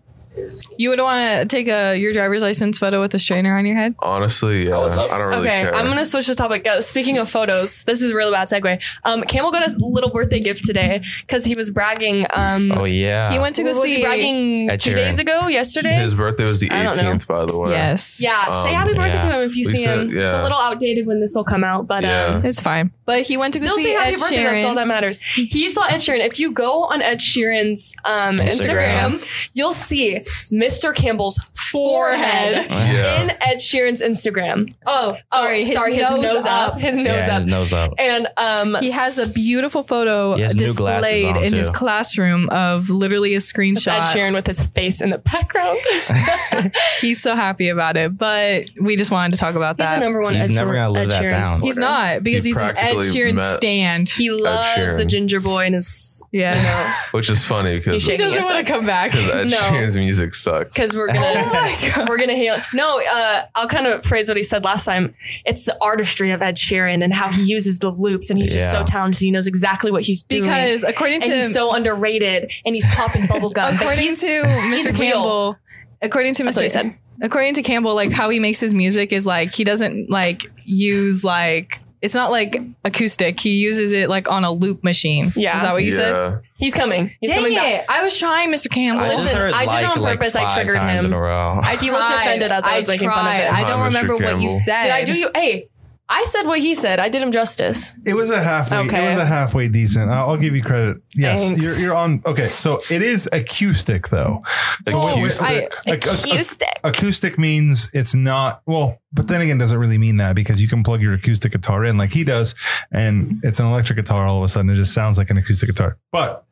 S3: You would want to take a your driver's license photo with a strainer on your head.
S2: Honestly, yeah. I don't really
S4: okay,
S2: care.
S4: I'm gonna switch the topic. Uh, speaking of photos, this is a really bad segue. Um, Campbell got a little birthday gift today because he was bragging. Um,
S5: Oh yeah.
S3: He went to go
S4: was
S3: see.
S4: he bragging
S5: Ed
S4: two
S5: Sheeran.
S4: days ago? Yesterday?
S2: His birthday was the
S4: I don't know.
S2: 18th, by the way.
S3: Yes.
S4: yeah, say
S2: Um,
S4: happy birthday
S5: yeah.
S4: to him if you
S2: We
S4: see him.
S2: said-
S4: It's a
S2: yeah.
S4: little outdated when this will come out, but um,
S2: Yeah.
S3: It's fine. But he went to go
S4: Still
S3: see
S4: say happy
S3: Ed
S4: birthday.
S3: Sheeran.
S4: That's all that matters. He saw Ed Sheeran. If you go on Ed Sheeran's um, Instagram.
S5: Instagram.
S4: you'll see Mr. Campbell's
S6: forehead
S2: Yeah.
S6: in Ed Sheeran's Instagram. Oh, sorry,
S4: Sorry, his
S6: sorry, his
S4: nose
S6: nose,
S4: up.
S6: up. his nose
S5: yeah,
S6: up,
S5: his nose up.
S6: and um,
S3: He has a beautiful photo
S5: He has new glasses
S3: displayed
S5: on,
S3: in his
S5: too.
S3: classroom of literally a
S4: It's Ed
S3: screenshot.
S4: Sheeran with his face in the background.
S3: He's so happy about it, but we just wanted to talk about
S6: He's
S3: that.
S6: the number one
S5: He's
S6: Ed,
S5: never
S6: Sheeran,
S5: gonna live
S6: Ed
S5: that
S6: Sheeran
S5: down.
S6: supporter.
S3: He's not because
S2: He
S3: he's an Ed
S2: practically
S3: Sheeran
S2: met-
S3: stand.
S6: He loves the
S2: Sheeran.
S6: ginger boy and his.
S3: Yeah.
S6: No,
S2: Which is funny because
S6: He
S3: He
S6: shaking
S3: doesn't
S6: us
S3: want
S6: up.
S3: to come back.
S2: because Ed
S6: No.
S2: Sheeran's music sucks.
S6: because we're gonna
S1: Oh
S6: we're gonna hate. on- No, uh, I'll kind of phrase what he said last time. It's the artistry of Ed Sheeran and how he uses the loops, and he's just so
S5: Yeah.
S6: talented. He knows exactly what he's doing.
S3: Because according
S6: and
S3: to
S6: he's so underrated, and he's popping bubble gum. but
S3: according
S6: he's-
S3: to
S6: he's
S3: Mr.
S6: real.
S3: Campbell, according to Mr.
S6: That's what he said.
S3: According to Campbell, like how he makes his music is like he doesn't like use like it's not like acoustic. He uses it like on a loop machine.
S6: Yeah.
S3: is that what you said?
S2: Oh,
S6: he's coming. He's coming back.
S3: I was trying, Mr. Campbell.
S5: I just
S6: listen,
S5: heard
S6: I did it on purpose, I
S5: five
S6: triggered
S5: times
S6: him.
S5: In a row.
S3: I
S6: He looked
S3: tried.
S6: offended as I was making fun of
S3: tried.
S6: him.
S3: I don't
S2: Hi, Mr.
S3: remember what you
S2: Campbell.
S3: said.
S6: Did I do you? Hey, I said what he said. I did him justice.
S1: It was a halfway. It
S6: Okay.
S1: was a halfway decent. I'll, I'll give you credit. Yes,
S6: Thanks.
S1: you're, you're on. Okay, so it is acoustic though.
S2: Acoustic.
S1: Ac- ac-
S6: Acoustic.
S1: acoustic means it's not well, but then again, doesn't really mean that because you can plug your acoustic guitar in like he does, and it's an electric guitar. All of a sudden, it just sounds like an acoustic guitar. But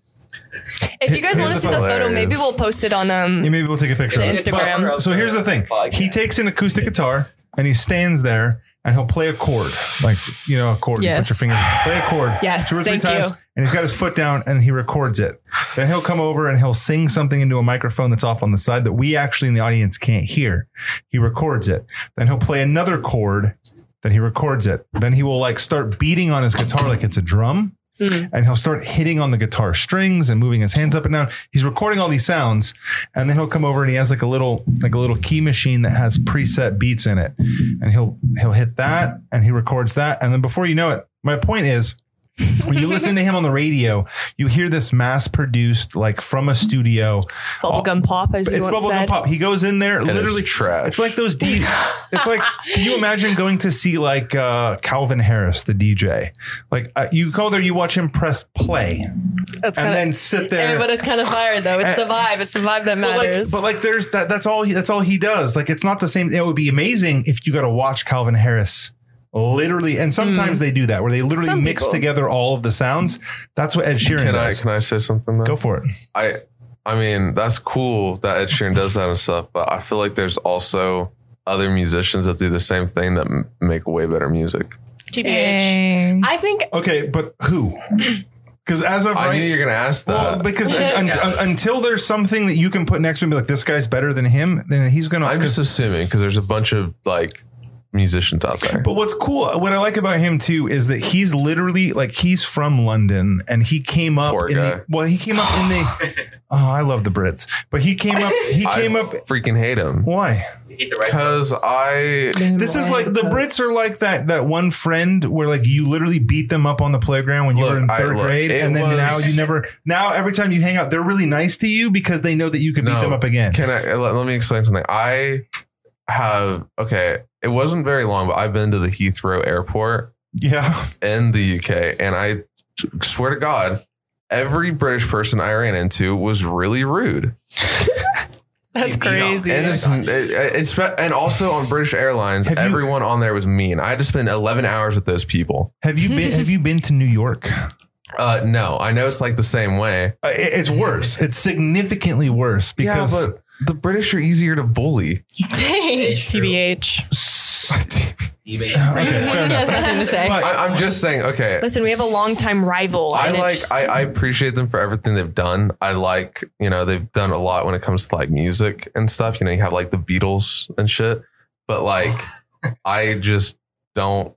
S6: If you guys
S1: Here's
S6: want to
S1: the
S6: see the photo,
S2: hilarious.
S6: maybe we'll post it on um.
S1: yeah, maybe we'll take a picture of it.
S6: Instagram.
S1: But- so here's the thing: he takes an acoustic guitar and he stands there. And he'll play a chord, like you know, a chord. You put
S3: Yes.
S1: your finger, play a chord,
S4: Yes,
S1: two or three
S4: thank you.
S1: times, and he's got his foot down and he records it. Then he'll come over and he'll sing something into a microphone that's off on the side that we actually in the audience can't hear. He records it. Then he'll play another chord. Then he records it. Then he will like start beating on his guitar like it's a drum.
S4: Hmm.
S1: And he'll start hitting on the guitar strings and moving his hands up and down. He's recording all these sounds, and then he'll come over and he has like a little like a little key machine that has preset beats in it, and he'll he'll hit that and he records that, and then before you know it, my point is when you listen to him on the radio, you hear this mass produced, like from a studio.
S4: bubblegum pop, as you
S1: It's
S4: once
S1: bubblegum
S4: said.
S1: pop. He goes in there,
S2: And
S1: literally.
S2: it's trash.
S1: It's like those. D- it's like, can you imagine going to see like uh, Calvin Harris, the DJ? Like uh, you go there, you watch him press play,
S4: That's
S1: and
S4: kind of.
S1: then sit
S6: Hey,
S1: there.
S6: but it's kind of fire though. It's the vibe. It's the vibe that
S1: But like,
S6: matters.
S1: but like, there's that. That's all. He, that's all he does. Like, it's not the same. It would be amazing if you got to watch Calvin Harris. Literally, and sometimes they do that where they literally
S6: Hmm. Some
S1: mix
S6: people.
S1: together all of the sounds. That's what Ed Sheeran
S2: Can I
S1: does.
S2: can I say something? Though?
S1: Go for it.
S2: I I mean that's cool that Ed Sheeran does that and stuff, but I feel like there's also other musicians that do the same thing that m- make way better music.
S6: TBH. I think
S1: Okay, but who? Because as of
S2: I knew
S1: right,
S2: you're gonna ask
S1: well,
S2: that.
S1: because un- un- until there's something that you can put next to him, be like this guy's better than him, then he's gonna.
S2: I'm
S1: 'cause-
S2: just assuming because there's a bunch of like musicians out there.
S1: but what's cool, what I like about him too, is that he's literally like he's from London and he came up.
S2: Poor
S1: in
S2: guy.
S1: The, well, he came up in the. Oh, I love the Brits, but he came up. He
S2: I
S1: came up.
S2: freaking hate him
S1: Why?
S2: because I
S1: This is like the Brits are like that that one friend where like you literally beat them up on the playground when you
S2: Look,
S1: were in
S2: I-
S1: third
S2: look,
S1: grade,
S2: it
S1: and then
S2: was-
S1: now you never. Now every time you hang out, they're really nice to you because they know that you could beat
S2: No.
S1: them up again.
S2: Can I let, let me explain something? I have okay. It wasn't very long, but I've been to the Heathrow Airport
S1: yeah,
S2: in the UK, and I swear to God, every British person I ran into was really rude.
S6: that's crazy.
S2: and it's, it, it's and also on British Airlines,
S1: Have you-
S2: everyone on there was mean. I had to spend eleven hours with those people.
S1: have you been? Have you been to New York?
S2: Uh, no, I know it's like the same way
S1: Uh, it- it's worse. It's significantly worse because
S2: because the British are easier to bully.
S4: Dang. TBH.
S1: Okay, fair enough.
S4: That's nothing to say.
S1: But-
S2: I, I'm just saying. Okay,
S4: Listen, we have a longtime rival.
S2: I
S4: and it
S2: like
S4: just-
S2: I, I appreciate them for everything they've done. I like, you know, they've done a lot when it comes to like music and stuff. You know, you have like the Beatles and shit. But like I just don't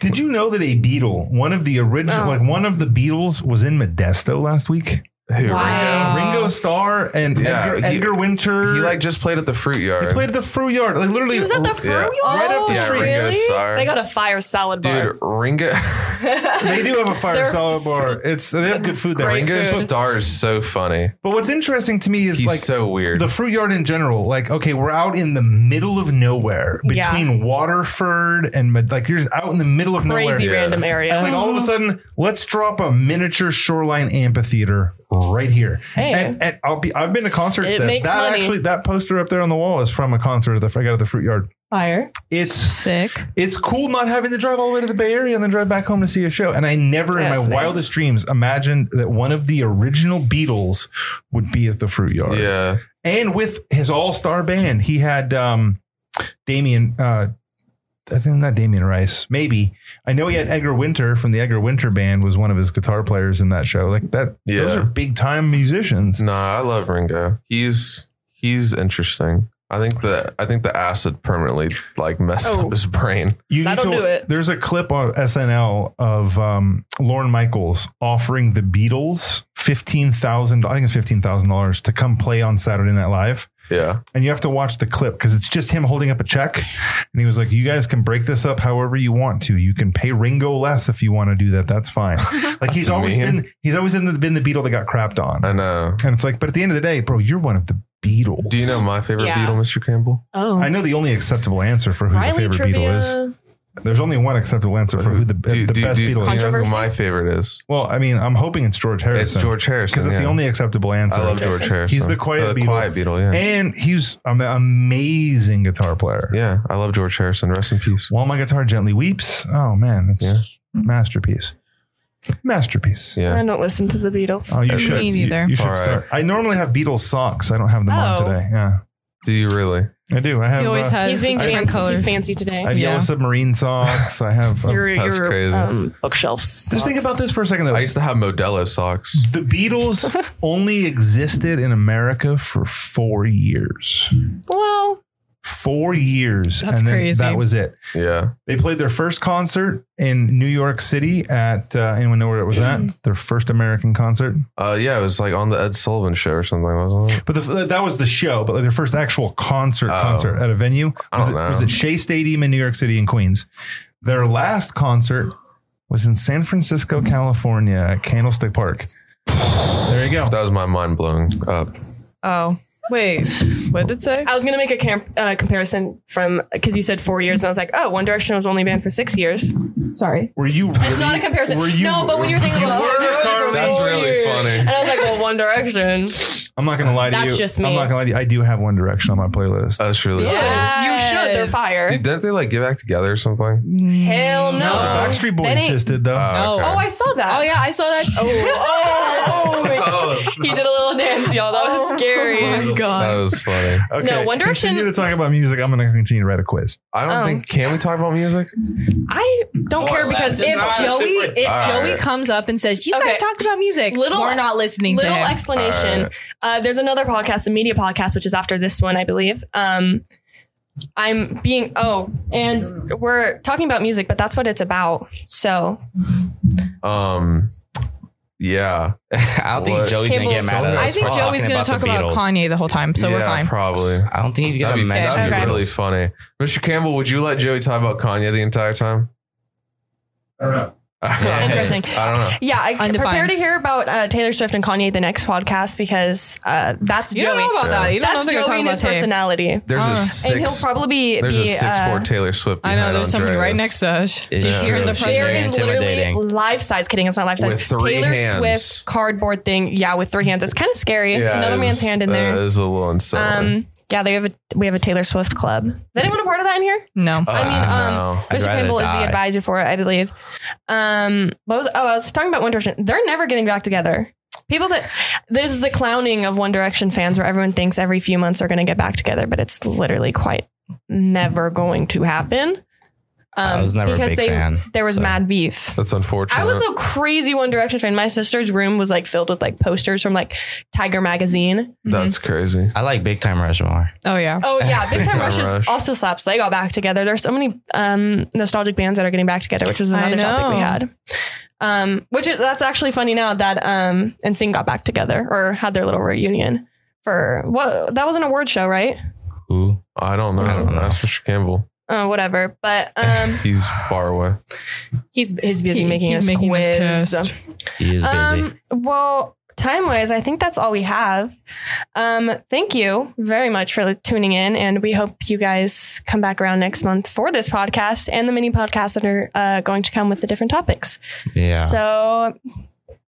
S1: did you know that a Beatle, one of the original,
S4: Oh.
S1: like one of the Beatles, was in Modesto last week?
S2: who
S4: Wow.
S1: Ringo Starr and
S2: Yeah,
S1: Edgar,
S2: he-
S1: Edgar Winter.
S2: He like just played at the fruit yard.
S1: He played at the fruit yard, like literally.
S4: He was at the fruit
S2: Yeah.
S4: yard?
S1: Right up the
S2: yeah,
S1: street.
S2: Ringo
S4: Really?
S2: Starr.
S6: they got a fire salad bar.
S2: Dude, Ringo
S1: they do have a fire
S6: They're-
S1: salad bar. It's they have good food there.
S6: great
S2: Ringo
S6: food.
S2: Starr is so funny.
S1: But what's interesting to me is
S2: He's
S1: like
S2: so weird.
S1: the fruit yard in general. Like, okay, we're out in the middle of nowhere
S4: Yeah.
S1: between Waterford and Med- like you're just out in the middle of nowhere.
S4: Crazy random area.
S1: And like all of a sudden, let's drop a miniature shoreline amphitheater right here.
S7: Hey.
S1: And, and I'll be I've been to concerts
S4: It
S1: that
S4: makes
S1: that
S4: money.
S1: actually that poster up there on the wall is from a concert that I got at the fruit yard.
S7: Fire.
S1: It's
S3: Sick.
S1: it's cool not having to drive all the way to the Bay Area and then drive back home to see a show. And I never in my
S4: That's nice.
S1: wildest dreams imagined that one of the original Beatles would be at the fruit yard.
S2: Yeah.
S1: And with his all-star band, he had um Damien uh I think not Damien Rice, maybe. I know he had Edgar Winter from the Edgar Winter band was one of his guitar players in that show. Like that those
S2: Yeah.
S1: are big time musicians.
S2: Nah, I love Ringo. He's he's interesting. I think the I think the acid permanently like messed
S4: Oh.
S2: up his brain.
S1: You
S4: That'll do it.
S1: There's a clip on SNL of um, Lauren Michaels offering the Beatles fifteen thousand. I think it's fifteen thousand dollars to come play on Saturday Night Live,
S2: Yeah.
S1: and you have to watch the clip because it's just him holding up a check, and he was like, "You guys can break this up however you want to. You can pay Ringo less if you want to do that. That's fine." Like he's
S2: That's
S1: always
S2: mean.
S1: been he's always in the, been the Beatle that got crapped on,
S2: I know.
S1: and it's like, but at the end of the day, bro, you're one of the Beatles.
S2: Do you know my favorite
S4: Yeah.
S2: Beatle, Mr. Campbell?
S4: Oh,
S1: I know the only acceptable answer for who the favorite Beatle is. There's only one acceptable answer for who the,
S2: Do,
S1: the
S2: do,
S1: best
S2: do,
S1: Beatles.
S2: do
S1: is.
S2: you know who
S4: Controversy?
S2: my favorite is?
S1: Well, I mean, I'm hoping it's George Harrison.
S2: It's George Harrison.
S1: Because that's the
S2: yeah.
S1: only acceptable answer.
S2: I love George Harrison.
S1: He's the quiet Beatle.
S2: quiet Beatle, yeah.
S1: And he's an amazing guitar player.
S2: yeah, I love George Harrison. Rest in peace.
S1: While my guitar gently weeps. Oh man, it's
S2: Yeah.
S1: masterpiece. Masterpiece.
S2: Yeah.
S4: I don't listen to the Beatles.
S1: Oh, you should.
S3: Me
S1: you-
S3: neither.
S1: You, should
S2: All right.
S1: start. I normally have Beatles socks. I don't have them on
S4: Oh.
S1: today. Yeah,
S2: Do you really?
S1: I do. I have.
S3: He always
S1: uh,
S3: has
S4: He's being
S3: different
S4: fancy.
S3: colors.
S4: He's fancy today.
S1: I have yellow
S3: Yeah.
S1: submarine socks. I have. uh,
S4: your
S2: That's
S4: your
S2: crazy.
S4: Um, bookshelves.
S1: just think about this for a second, though.
S2: I used to have Modelo socks.
S1: the Beatles only existed in America for four years.
S4: Well,
S1: four years
S3: That's
S1: and then
S3: crazy.
S1: that was it
S2: Yeah.
S1: they played their first concert in new york city at uh, anyone know where it was at their first american concert
S2: Uh, yeah, it was like on the Ed Sullivan show or something, wasn't it?
S1: but the, that was the show but like their first actual concert
S2: Oh.
S1: concert at a venue
S2: I
S1: was it,
S2: don't know.
S1: was it shea stadium in new york city in queens their last concert was in san francisco california at candlestick park there you go
S2: That was my mind blowing up.
S3: Oh, wait. What did it say?
S4: I was gonna make a camp, uh, comparison from because you said four years, and I was like, oh, One Direction was only banned for six years. Sorry,
S1: were you
S4: it's not a comparison.
S1: were you-
S4: no, but when you're thinking
S1: You
S4: about
S1: were, Carly.
S2: That's really funny.
S4: and I was like, well, One Direction.
S1: i'm not gonna lie to you
S4: That's just
S1: i'm
S4: me.
S1: not gonna lie to you i do have one direction on my playlist
S2: That's really funny.
S4: You should. They're fire.
S2: Dude, didn't they like get back together or something?
S4: Hell no.
S1: backstreet boys
S4: That ain't-
S1: just did though
S2: Oh,
S4: Oh, I saw that.
S3: Oh yeah, I saw that. Too.
S4: Oh,
S2: Oh,
S4: he did a little dance, y'all. That
S3: Oh.
S4: was scary.
S2: that was funny.
S1: Okay.
S4: No, One Direction-
S1: Continue to talk about music. I'm going to continue to write a quiz.
S2: I don't
S4: Oh.
S2: think. Can we talk about music?
S4: I don't care because
S3: If
S2: not a
S3: Joey,
S2: different-
S3: if
S2: All
S3: Joey
S2: right.
S3: comes up and says, "You
S4: Okay.
S3: guys talked about music,"
S4: Little-
S3: we're not listening to
S4: little
S3: him.
S4: explanation.
S2: All right.
S4: Uh, there's another podcast, the media podcast, which is after this one, I believe. Um, I'm being oh, and we're talking about music, but that's what it's about. So
S2: Um, yeah,
S5: I don't
S2: What?
S5: think Joey's gonna
S4: Campbell's
S5: get mad at
S2: song.
S5: us.
S3: I think
S5: for
S3: Joey's going to talk
S5: the
S3: about
S5: Beatles.
S3: Kanye the whole time, so
S2: yeah,
S3: we're fine.
S2: probably.
S5: I don't think he's gonna
S2: That'd be,
S5: mention
S2: that'd be
S5: the
S2: really
S5: Beatles.
S2: funny. Mr. Campbell, would you let Joey talk about Kanye the entire time?
S4: Interesting.
S2: I don't know.
S4: yeah, I
S3: Undefined.
S4: prepare to hear about uh, Taylor Swift and Kanye the next podcast because uh, that's
S3: You don't
S4: Joey.
S3: know about that. You don't
S4: that's
S3: know
S4: Joey and
S3: about
S4: his personality,
S2: There's
S3: Uh,
S2: a
S3: and
S4: and he'll
S2: six.
S4: probably
S2: There's
S4: be
S2: a six
S4: uh,
S2: four Taylor Swift.
S3: I know
S2: behind
S3: there's somebody right
S2: Andreas.
S3: next to us.
S5: It's
S2: Yeah.
S3: You're in the
S5: true.
S3: presence.
S4: There
S5: very
S4: is literally um,
S5: intimidating.
S4: life size. Kidding, it's not life size.
S2: With three
S4: Taylor
S2: hands.
S4: Swift cardboard thing. Yeah, with three hands. It's kind of scary.
S2: Yeah,
S4: Another
S2: it
S4: man's
S2: was-
S4: hand in
S2: uh,
S4: there.
S2: It was a little unsettling.
S4: Um, yeah, they have a we have a Taylor Swift club. Is anyone a part of that in here?
S3: No.
S2: Uh,
S4: I mean, um,
S2: no.
S5: I'd rather
S4: Mr. Campbell is
S5: die.
S4: the advisor for it, I believe. Um, what was oh, I was talking about One Direction. They're never getting back together. People that this is the clowning of One Direction fans, where everyone thinks every few months they're going to get back together, but it's literally quite never going to happen. Um,
S5: I was never a
S4: because
S5: big
S4: they-
S5: fan,
S4: There was
S5: so.
S4: mad beef.
S2: that's unfortunate.
S4: I was a crazy One Direction fan. My sister's room was like filled with like posters from like Tiger magazine.
S2: that's
S4: Mm-hmm.
S2: crazy.
S5: I like Big Time Rushmore.
S3: Oh yeah.
S4: Oh yeah, Big Time
S2: Time
S4: Rush
S2: Rush.
S4: is also slaps. They got back together. There's so many um, nostalgic bands that are getting back together, which was another topic we
S3: know.
S4: had. Um, which is, that's actually funny now that um, NSYNC got back together or had their little reunion for what that was an award show, right?
S5: Who?
S2: I don't know.
S5: I don't know.
S2: That's Mr. Campbell.
S4: Uh, whatever. But um,
S2: He's far away.
S4: he's he's busy
S3: He-
S4: making
S3: he's
S4: his
S3: making
S4: quiz.
S3: this test.
S5: He is busy.
S4: Um, well, time wise, I think that's all we have. Um, thank you very much for tuning in, and we hope you guys come back around next month for this podcast and the mini podcasts that are uh, going to come with the different topics.
S5: yeah.
S4: So,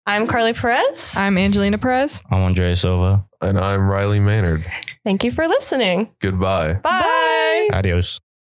S4: I'm Carly Perez.
S3: I'm Angelina Perez.
S5: I'm Andrea Silva.
S2: And I'm Riley Maynard.
S4: Thank you for listening.
S2: Goodbye.
S4: Bye.
S5: Adios.